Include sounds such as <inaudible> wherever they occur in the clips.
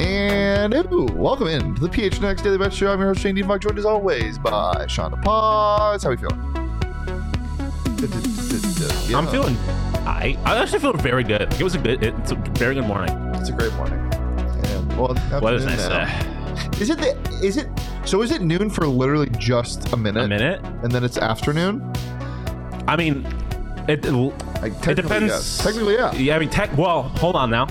And ooh, welcome in to the PHNX Daily Batch Show. I'm your host, Shane Deepak, joined as always by Shonda Paz. How are you feeling? Yeah, I'm feeling. I I actually feel very good. It was a good. It's a very good morning. It's a great morning. And, well, What afternoon did I now. say? Is it the is it so is it noon for literally just a minute? uh, A minute. And then it's afternoon? I mean, it it Like it technically, depends. yes. Technically, yeah. Yeah, I mean, tech. Well, hold on now,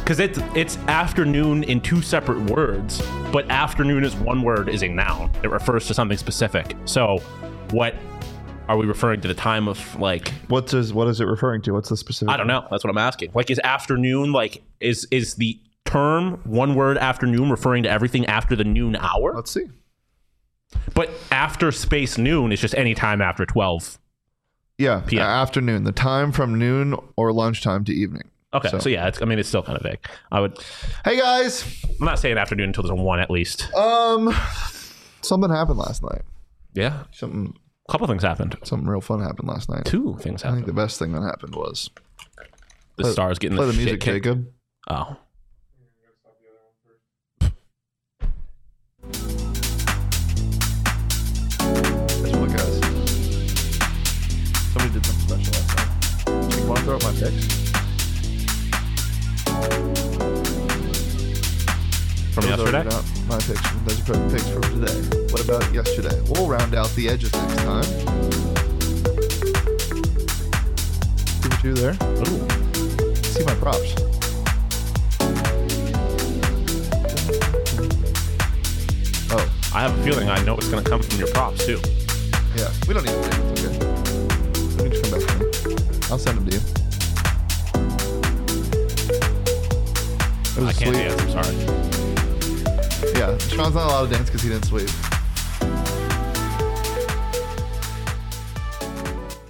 because it's it's afternoon in two separate words, but afternoon is one word is a noun. It refers to something specific. So, what are we referring to? The time of like What does what is it referring to? What's the specific I don't know. That's what I'm asking. Like, is afternoon like is is the term one word afternoon referring to everything after the noon hour? Let's see. But after space noon is just any time after 12. Yeah, PM. uh, afternoon. The time from noon or lunchtime to evening. Okay, So- so, yeah, it's, I mean it's still kind of vague. I would, Hey guys, I'm not saying afternoon until there's a one at least. um, something happened last night. yeah, Something a couple things happened. something real fun happened last night. Two things I think happened. the best thing that happened was The stars getting play the, the music, shit kicked. Jacob. Oh, That's what guys. Somebody did something special last night. You want to throw out my picks from Those are yesterday. not My picks. Those are probably picks from today. What about yesterday? We'll round out the edges next time. See what you do there. Ooh. See my props. Oh, I have a feeling I know it's going to come from your props too. yeah. We don't need to. It's okay. We need to come back to me. I'll send them to you. It was I can't sweet. dance. I'm sorry. Yeah, Sean's not allowed to dance because he didn't sleep.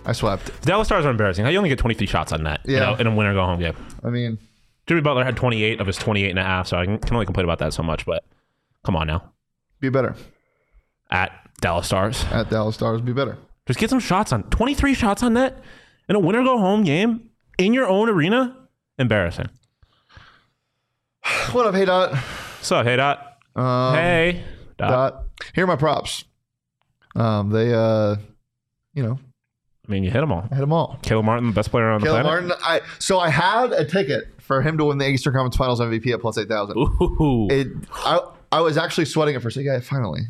I swept. The Dallas Stars are embarrassing. How you only get 23 shots on net? Yeah. in a, in a winner go home game. I mean, Jimmy Butler had 28 of his 28 and a half, so I can can only complain about that so much. But come on now, be better at Dallas Stars. at Dallas Stars. Be better. Just get some shots on 23 shots on net in a winner go home game in your own arena. Embarrassing. What up, hey Dot? So hey dot. Um, hey dot. Dot. Here are my props. Um, they, uh, you know, I mean, you hit them all. I had them all. Caleb Martin, the best player on Caleb the Martin. I so I had a ticket for him to win the Eastern Conference Finals MVP at plus eight thousand. planet. Ooh. it I I was actually sweating it for a second. Yeah, finally.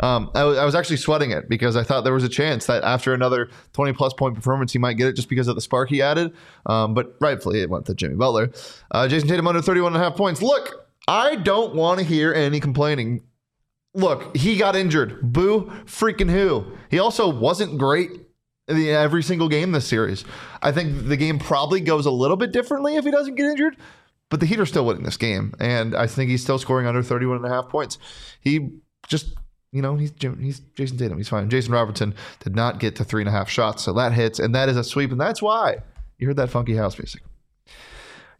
Um, I was, I was actually sweating it because I thought there was a chance that after another 20 plus point performance, he might get it just because of the spark he added. Um, but rightfully, it went to Jimmy Butler. Uh, Jason Tatum under 31 and a half points. Look, I don't want to hear any complaining. Look, he got injured. Boo freaking who. He also wasn't great in every single game this series. I think the game probably goes a little bit differently if he doesn't get injured, but the Heat are still winning this game, and I think he's still scoring under 31 and a half points. He just, you know, he's Jim, he's Jason Tatum. He's fine. Jason Robertson did not get to three and a half shots, so that hits, and that is a sweep, and that's why you heard that funky house music.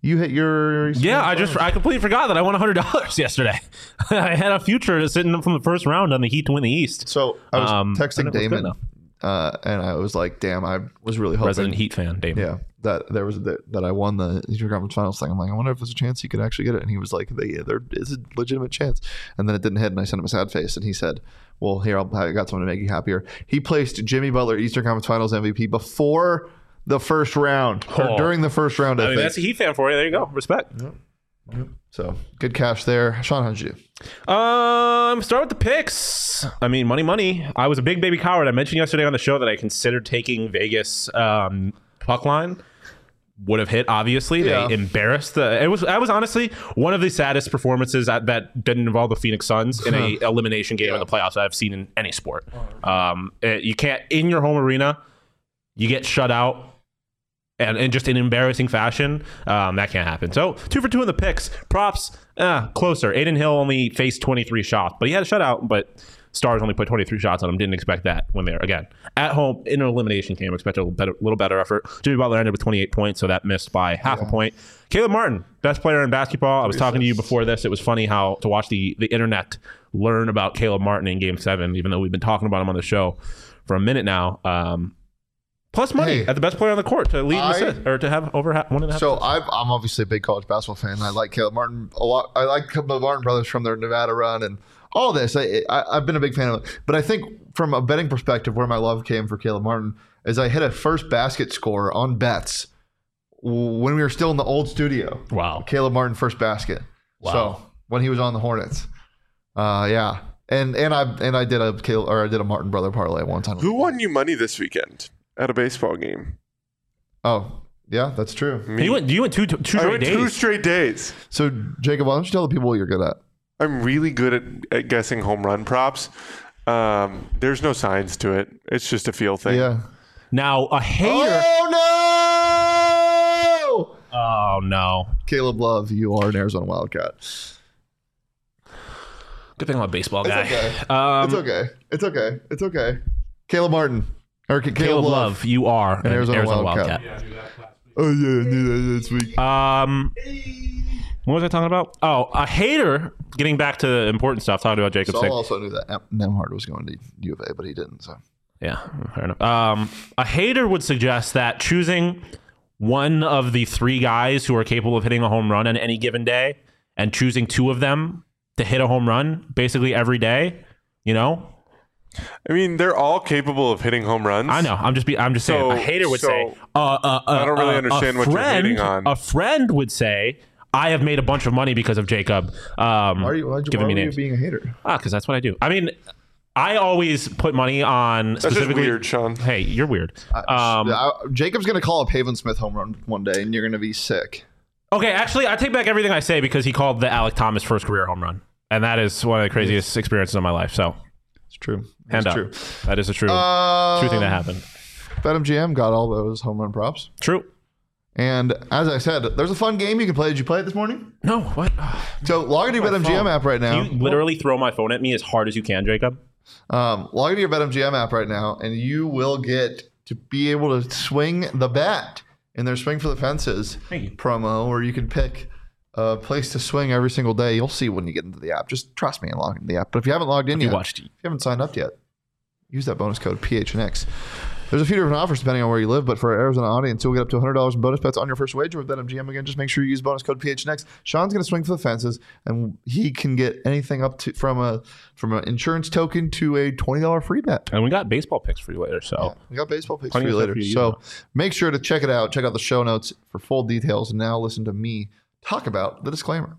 You hit your yeah, I just I completely forgot that I won hundred dollars <laughs> yesterday. I had a future sitting from the first round on the Heat to win the East. So I was Um, and texting it was good Damon, enough. uh, and I was like, "Damn, I was really hoping." Resident Heat fan, Damon. Yeah, that there was that, that I won the Eastern Conference Finals thing. I'm like, I wonder if there's a chance you could actually get it. And he was like, "They- yeah, there is a legitimate chance. And then it didn't hit, and I sent him a sad face. And he said, "Well, here I'll, I got someone to make you happier." He placed Jimmy Butler Eastern Conference Finals MVP before the first round or Oh. during the first round. I, I mean, think that's a Heat fan for you. There you go. Respect. so. Good cash there, Sean. How'd you do? Um, start with the picks. I mean, money, money. I was a big baby coward. I mentioned yesterday on the show that I considered taking Vegas um, puck line. Would have hit. Obviously, Yeah. they embarrassed the. It was. That was honestly one of the saddest performances that, that didn't involve the Phoenix Suns in a elimination game in the playoffs I've seen in any sport. Um, it- you can't in your home arena. You get shut out and in just an embarrassing fashion, um, that can't happen. So two for two in the picks. Props, uh, closer. Aiden Hill only faced 23 shots, but he had a shutout. But Stars only put 23 shots on him. Didn't expect that when they're again at home in an elimination game. Expect a little better, little better effort. Jimmy Butler ended with 28 points, so that missed by half a point. Caleb Martin, best player in basketball. I was talking to you before this. It was funny how to watch the the internet learn about Caleb Martin in Game Seven, even though we've been talking about him on the show for a minute now. Um, Plus money Hey. at the best player on the court to lead an I- assist or to have over ha- one and a half. So I've, I'm obviously a big college basketball fan. I like Caleb Martin a lot. I like the Martin brothers from their Nevada run and all this. I, I I've been a big fan of it. But I think from a betting perspective, where my love came for Caleb Martin is I hit a first basket score on bets when we were still in the old studio. wow. Caleb Martin first basket. So Wow. when he was on the Hornets, uh, yeah. And and I and I did a Caleb, or I did a Martin brother parlay one time. Who won you money this weekend at a baseball game? Oh yeah, that's true. You went. You went two two I straight went two days. straight days. So Jacob, why don't you tell the people what you're good at? I'm really good at, at guessing home run props. Um, there's no science to it. It's just a feel thing. Yeah. Now a hater. Oh no! Oh, no. Caleb Love, you are an Arizona Wildcat. It's Good thing I'm a baseball guy. okay. <laughs> Um, okay. It's okay. It's okay. Caleb Martin or Caleb, Caleb Love. Love, you are an Arizona Arizona, Wildcat. Wildcat. Oh yeah, I knew that this week. Um, what was I talking about? Oh, a hater. Getting back to the important stuff, talking about Jacob. Saul Singh. also knew that Em- Nemhard was going to U of A, but he didn't. So Yeah, fair enough. Um, a hater would suggest that choosing one of the three guys who are capable of hitting a home run on any given day and choosing two of them to hit a home run basically every day, you know? I mean, they're all capable of hitting home runs. I know. I'm just be, I'm just saying. So- a hater would so- say. Uh, uh, uh, I don't really uh, understand a what you're friend- hating on. A friend would say, "I have made a bunch of money because of Jacob." why Um, are you, why, giving me why are you names? being a hater? Ah, because that's what I do. I mean, I always put money on That's just specifically. weird, Sean. Hey, you're weird. Um, I, Jacob's going to call up Haven Smith home run one day, and you're going to be sick. okay, actually, I take back everything I say because he called the Alec Thomas first career home run, and that is one of the craziest experiences of my life. So, It's true. It's hand up. true. That is a true, Um, true thing that happened. BetMGM got all those home run props. True. And as I said, there's a fun game you can play. Did you play it this morning? No, what? So log into your BetMGM phone. app right now. you literally throw my phone at me as hard as you can, Jacob. Um, log into your BetMGM app right now, and you will get to be able to swing the bat in their swing for the fences Thank you. promo, where you can pick a place to swing every single day. You'll see when you get into the app. Just trust me and log into the app. But if you haven't logged in You yet, watched. if you haven't signed up yet, use that bonus code PHNX. There's a few different offers depending on where you live, but for our Arizona audience, you'll get up to $100 in bonus bets on your first wager with BetMGM. Again, just make sure you use bonus code PHNX. Sean's going to swing for the fences, and he can get anything up to from a from an insurance token to a $20 free bet. And we got baseball picks for you later. So. Yeah, we got baseball picks for Plenty you of stuff later. for you to use so make sure to check it out. Check out the show notes for full details. And now listen to me talk about the disclaimer.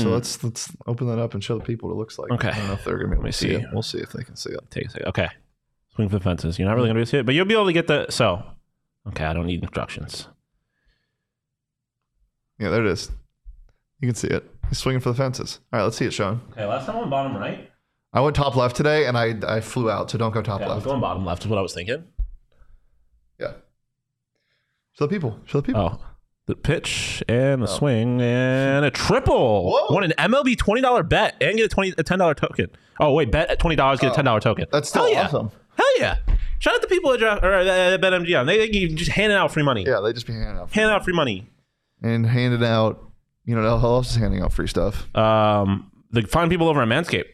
so let's let's open that up and show the people what it looks like. Okay. I don't know if they're gonna be able Let me to see, see. it. We'll see if they can see it. Take a second. Okay. Swing for the fences. You're not really going to be able to see it, but you'll be able to get the. So, okay, I don't need instructions. Yeah, there it is. You can see it. He's swinging for the fences. All right, let's see it, Sean. Okay, last time on bottom right. I went top left today, and I I flew out, so don't go top left. going bottom left is what I was thinking. Yeah. Show the people. Show the people. Oh. The pitch and the swing and a triple. Oh. Whoa. Won an MLB twenty dollar bet and get a twenty a ten dollar token. Oh wait, bet at twenty dollars get a ten dollar token. That's still Hell yeah. awesome. Hell yeah! Shout out to people at draft or uh, at BetMGM. They, they keep just handing out free money. Yeah, they just be handing out Handing out free money. and handing out. You know, who else is handing out free stuff? um, the fine people over at Manscaped.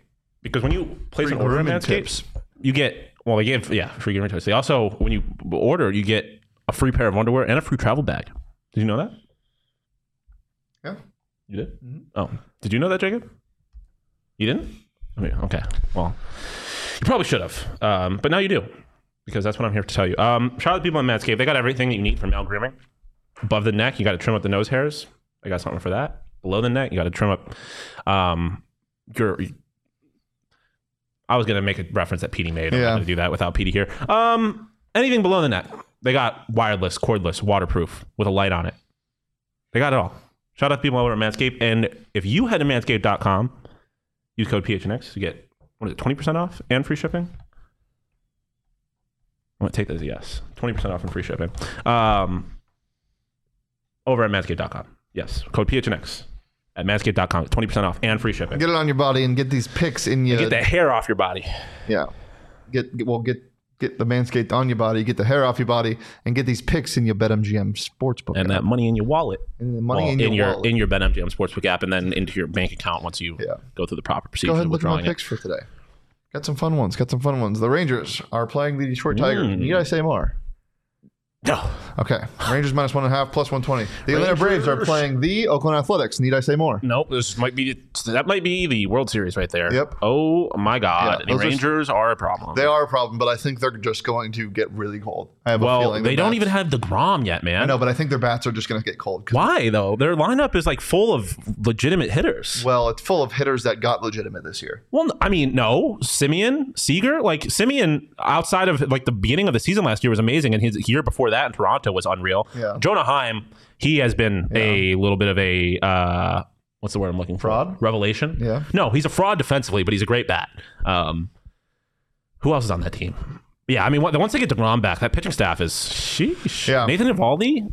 Because when you place an order at grooming Manscaped, tips. you get well, they give yeah free grooming tips. They also when you order, you get a free pair of underwear and a free travel bag. Did you know that? Yeah. You did. Oh, did you know that, Jacob? You didn't. I mean, okay. Well, you probably should have, um, but now you do because that's what I'm here to tell you. Um, shout out to people at Manscaped. They got everything that you need for male grooming. Above the neck, you got to trim up the nose hairs. I got something for that. Below the neck, you got to trim up um, your. I was gonna make a reference that Petey made. I'm Yeah. not gonna do that without Petey here. Um, anything below the neck, they got wireless, cordless, waterproof with a light on it. They got it all. Shout out to people over at Manscaped. And if you head to manscaped.com, use code PHNX to get what is it, twenty percent off and free shipping. I'm gonna take that as a yes. Twenty percent off and free shipping. Um, over at manscaped.com. Yes, code PHNX at manscaped.com. Twenty percent off and free shipping. Get it on your body and get these picks in your Get the hair off your body. yeah. Get, get well get get the manscaped on your body, get the hair off your body, and get these picks in your BetMGM sportsbook and app. that money in your wallet, And the money Well, in your, your wallet. in your BetMGM Sportsbook app, and then into your bank account once you Yeah. go through the proper Go procedure ahead of and look at my withdrawing picks for today. Got some fun ones. Got some fun ones. The Rangers are playing the Detroit Tigers. Mm. Need I say more? it. No, Okay. Rangers minus one and a half, plus 120. The Atlanta Braves are Rangers. playing the Oakland Athletics. Need I say more? nope. This might be that might be the World Series right there. Yep. Oh my Yeah, God, the those are- Rangers are, a problem. They are a problem, but I think they're just going to get really cold. I have a well, feeling. they their don't bats- even have the Grom yet, man. I know, but I think their bats are just going to get cold. 'cause- Why though? Their lineup is like full of legitimate hitters. Well, it's full of hitters that got legitimate this year. Well, I mean, no, Simeon Seager, like Simeon, outside of like the beginning of the season last year was amazing, and his year before that in Toronto was unreal. Yeah. Jonah Heim, he has been a little bit of a uh, what's the word I'm looking for? Fraud? revelation. Yeah. no, he's a fraud defensively, but he's a great bat. Um, who else is on that team? Yeah, I mean, what- once they get Degrom back, that pitching staff is sheesh. Yeah. Nathan Evaldi,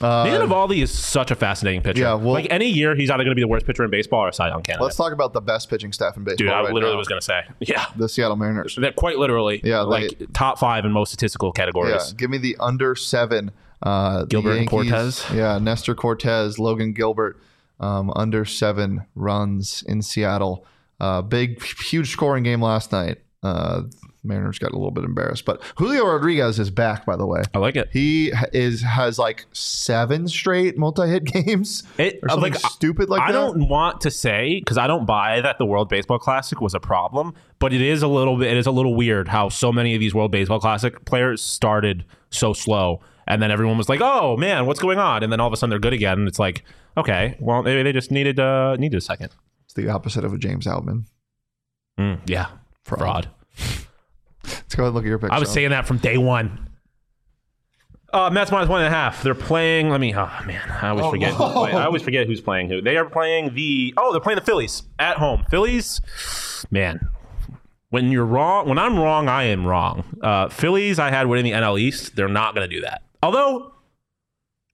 Uh, Nathan Evaldi is such a fascinating pitcher. yeah, well- like any year, he's either going to be the worst pitcher in baseball or a Cy Young candidate. let's talk about the best pitching staff in baseball. Dude, I right literally now. was going to say, <laughs> yeah, the Seattle Mariners. that quite literally, Yeah, they- like top five in most statistical Yeah, categories. give me the under seven. Uh, the Gilbert and Yankees- Cortez? Yeah, Nestor Cortez, Logan Gilbert, um, under seven runs in Seattle. Uh, big, huge scoring game last night. Uh, Mariners got a little bit embarrassed, but Julio Rodriguez is back. By the way, I like it. he ha- is has like seven straight multi-hit <laughs> games It- or something like, I- stupid like that. I don't want to say because I don't buy that the World Baseball Classic was a problem, but it is a little bit. It is a little weird how so many of these World Baseball Classic players started so slow, and then everyone was like, "Oh man, what's going on?" And then all of a sudden they're good again, and it's like, okay, well maybe they just needed uh, needed a second. It's the opposite of a James Outman. Mm, yeah, fraud. Let's go ahead and look at your picks. I was Sean. saying that from day one. Uh, Mets minus one and a half. They're playing. Let me. Oh man, I always forget. Who's playing. I always forget who's playing who. They are playing the. Oh, they're playing the Phillies at home. Phillies, man. When you're wrong, when I'm wrong, I am wrong. Uh, Phillies, I had winning the NL East. They're not going to do that. Although,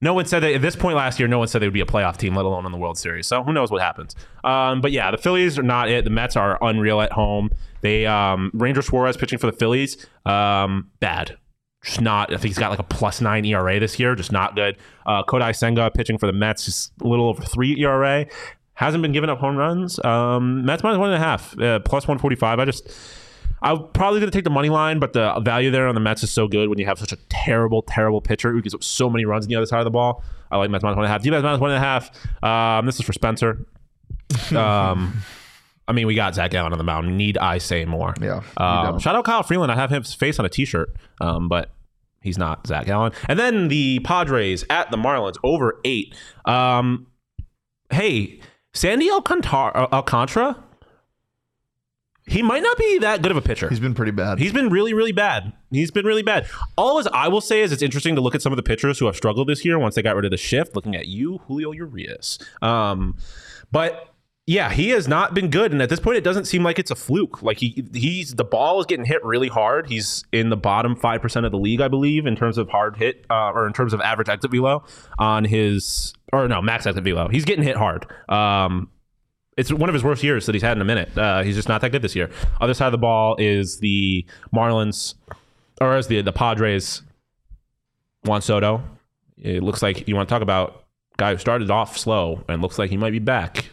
no one said that at this point last year. No one said they would be a playoff team, let alone in the World Series. So who knows what happens? Um, but yeah, the Phillies are not it. The Mets are unreal at home. They um, Ranger Suarez pitching for the Phillies. Um, bad just not. I think he's got like a plus nine ERA this year, just not good. Uh, Kodai Senga pitching for the Mets, just a little over three ERA. Hasn't been giving up home runs. Um, Mets minus one and a half, uh, plus one forty five. I just, I'm probably going to take the money line, but the value there on the Mets is so good when you have such a terrible, terrible pitcher who gives up so many runs on the other side of the ball. I like Mets minus one and a half. D-Mets minus one and a half. Um, this is for Spencer. Um, I mean, we got Zach Allen on the mound. Need I say more? Yeah, you Um, don't. shout out Kyle Freeland. I have his face on a T-shirt, um, but he's not Zach Allen. And then the Padres at the Marlins over eight. Um, hey, Sandy Alcantara, Alcantara, he might not be that good of a pitcher. he's been pretty bad. He's been really, really bad. He's been really bad. All as I will say is it's interesting to look at some of the pitchers who have struggled this year once they got rid of the shift, looking at you, Julio Urias. Um, but yeah, he has not been good. And at this point, it doesn't seem like it's a fluke. Like he he's the ball is getting hit really hard. He's in the bottom five percent of the league, I believe, in terms of hard hit uh, or in terms of average exit velo on his or no, max exit velo. He's getting hit hard. Um, it's one of his worst years that he's had in a minute. Uh, he's just not that good this year. Other side of the ball is the Marlins, or as the the Padres. Juan Soto. It looks like you want to talk about guy who started off slow and looks like he might be back.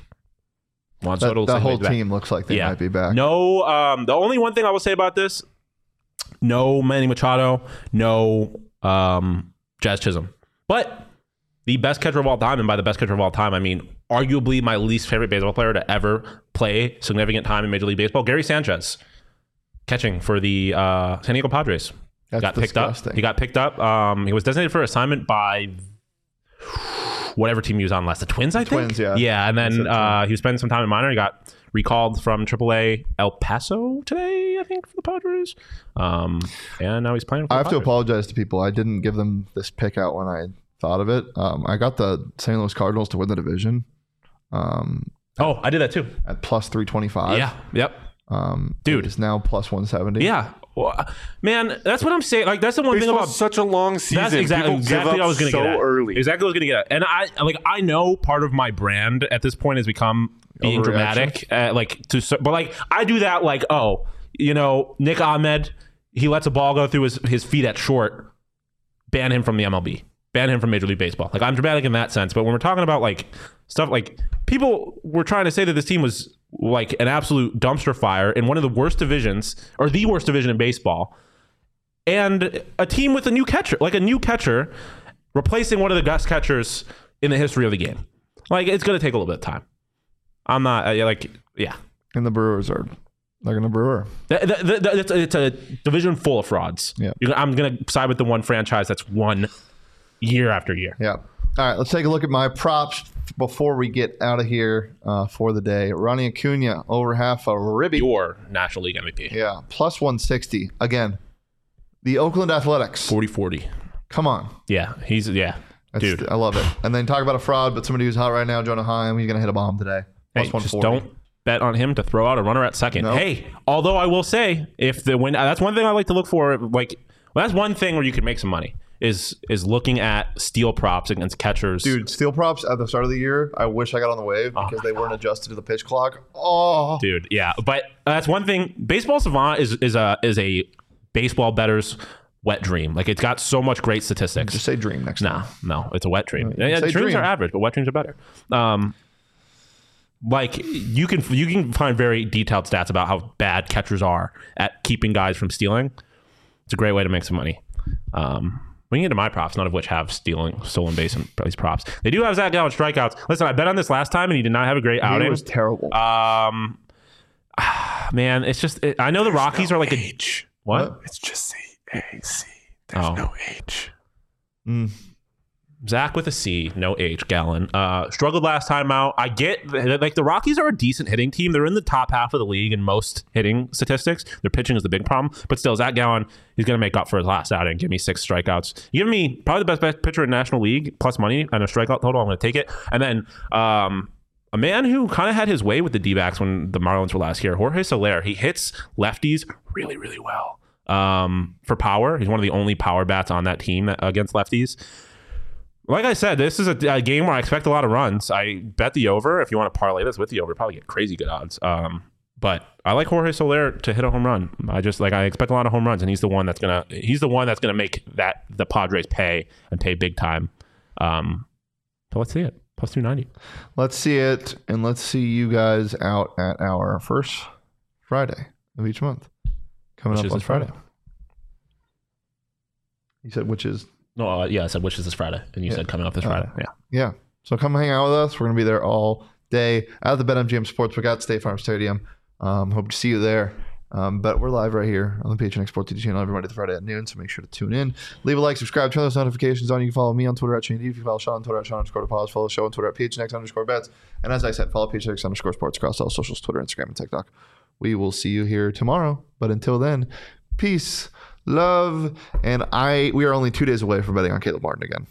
Juan that Soto. Looks that like he might whole be back. team looks like they might be back. No, um, the only one thing I will say about this, no Manny Machado, no um, Jazz Chisholm, but the best catcher of all time, and by the best catcher of all time, I mean arguably my least favorite baseball player to ever play significant time in Major League Baseball, Gary Sanchez, catching for the uh, San Diego Padres. That's got picked disgusting. up. He got picked up. Um, he was designated for assignment by whatever team he was on last. The Twins, I think. Twins, yeah. Yeah, and That's then it, uh, he was spending some time in minor. He got recalled from AAA El Paso today, I think, for the Padres. Um, and now he's playing. For I the have to Padres. apologize to people. I didn't give them this pick out when I thought of it. Um, I got the St. Louis Cardinals to win the division um, Oh, I did that too. at plus 325. yeah. Yep. Um, Dude. It's now plus 170. Yeah. Well, man, that's what I'm saying. Like that's the one thing Baseball's about such a long season. That's exactly People exactly give what up I was going to so get at. early. Exactly what I was going to get at. And I like I know part of my brand at this point has become being Overreaction. dramatic, uh, like to so- but like I do that like oh you know Nick Ahmed he lets a ball go through his his feet at short, ban him from the MLB, ban him from Major League Baseball. Like I'm dramatic in that sense, but when we're talking about like stuff like people were trying to say that this team was like an absolute dumpster fire in one of the worst divisions or the worst division in baseball and a team with a new catcher, like a new catcher, replacing one of the best catchers in the history of the game. Like it's gonna take a little bit of time. I'm not uh, like yeah. And the Brewers are they're gonna brewer. Th- th- th- th- It's, a, it's a division full of frauds. Yeah. You're gonna- I'm gonna side with the one franchise that's won year after year. Yeah. All right, let's take a look at my props before we get out of here uh, for the day. Ronnie Acuna over half a ribby. Your National League MVP. Yeah, plus 160. Again, the Oakland Athletics. 40-40. Come on. Yeah, he's yeah, That's- dude. I love it. And then talk about a fraud, but somebody who's hot right now, Jonah Heim, he's going to hit a bomb today. Hey, Plus just 140. don't bet on him to throw out a runner at second. Nope. Hey, although I will say, if the win, uh, that's one thing I like to look for. Like well, that's one thing where you can make some money is is looking at steal props against catchers. Dude, steel props at the start of the year, I wish I got on the wave because they weren't adjusted to the pitch clock. Oh, Oh dude, yeah. But that's one thing. Baseball Savant is is a is a baseball better's wet dream. Like it's got so much great statistics. just say dream next time. No, no, it's a wet dream. Yeah, say dreams dream. are average, but wet dreams are better. Um, like you can you can find very detailed stats about how bad catchers are at keeping guys from stealing. It's a great way to make some money. Um, we can get to my props, none of which have stealing stolen base and these props. They do have Zach Gallen strikeouts. Listen, I bet on this last time, and he did not have a great It outing. was terrible. um, <sighs> man, it's just it, I know the Rockies are like a H. what It's just C A C. There's Oh. no H. Zach with a C, no H. Gallon uh, struggled last time out. I get that, like the Rockies are a decent hitting team. They're in the top half of the league in most hitting statistics. Their pitching is the big problem, but still, Zach Gallon he's going to make up for his last outing. Give me six strikeouts. You give me probably the best, best pitcher in National League plus money and a strikeout total. I'm going to take it. And then um, a man who kind of had his way with the D-backs when the Marlins were last here, Jorge Soler. He hits lefties really, really well. Um, for power, he's one of the only power bats on that team that, against lefties like I said, this is a, a game where I expect a lot of runs. I bet the over. If you want to parlay this with the over, probably get crazy good odds. Um, but I like Jorge Soler to hit a home run. I just like I expect a lot of home runs, and he's the one that's gonna he's the one that's gonna make that the Padres pay and pay big time. Um, so let's see it plus two ninety. Let's see it, and let's see you guys out at our first Friday of each month. Coming Which up is on this Friday. You said which is No, uh, yeah, I said which is this Friday, and you said coming up this Friday. Uh, Yeah, yeah. So come hang out with us. We're gonna be there all day at the BetMGM Sportsbook at State Farm Stadium. Um, hope to see you there. Um, but we're live right here on the PHNX Sports TV channel every Monday through Friday at noon. So make sure to tune in. Leave a like, subscribe, turn those notifications on. You can follow me on Twitter at Shane If you can follow Sean on Twitter at Sean underscore to pause. Follow the show on Twitter at PHNX underscore bets. And as I said, follow PHNX underscore sports across all socials, Twitter, Instagram, and TikTok. We will see you here tomorrow. But until then, peace, love, and I. We are only two days away from betting on Caleb Martin again.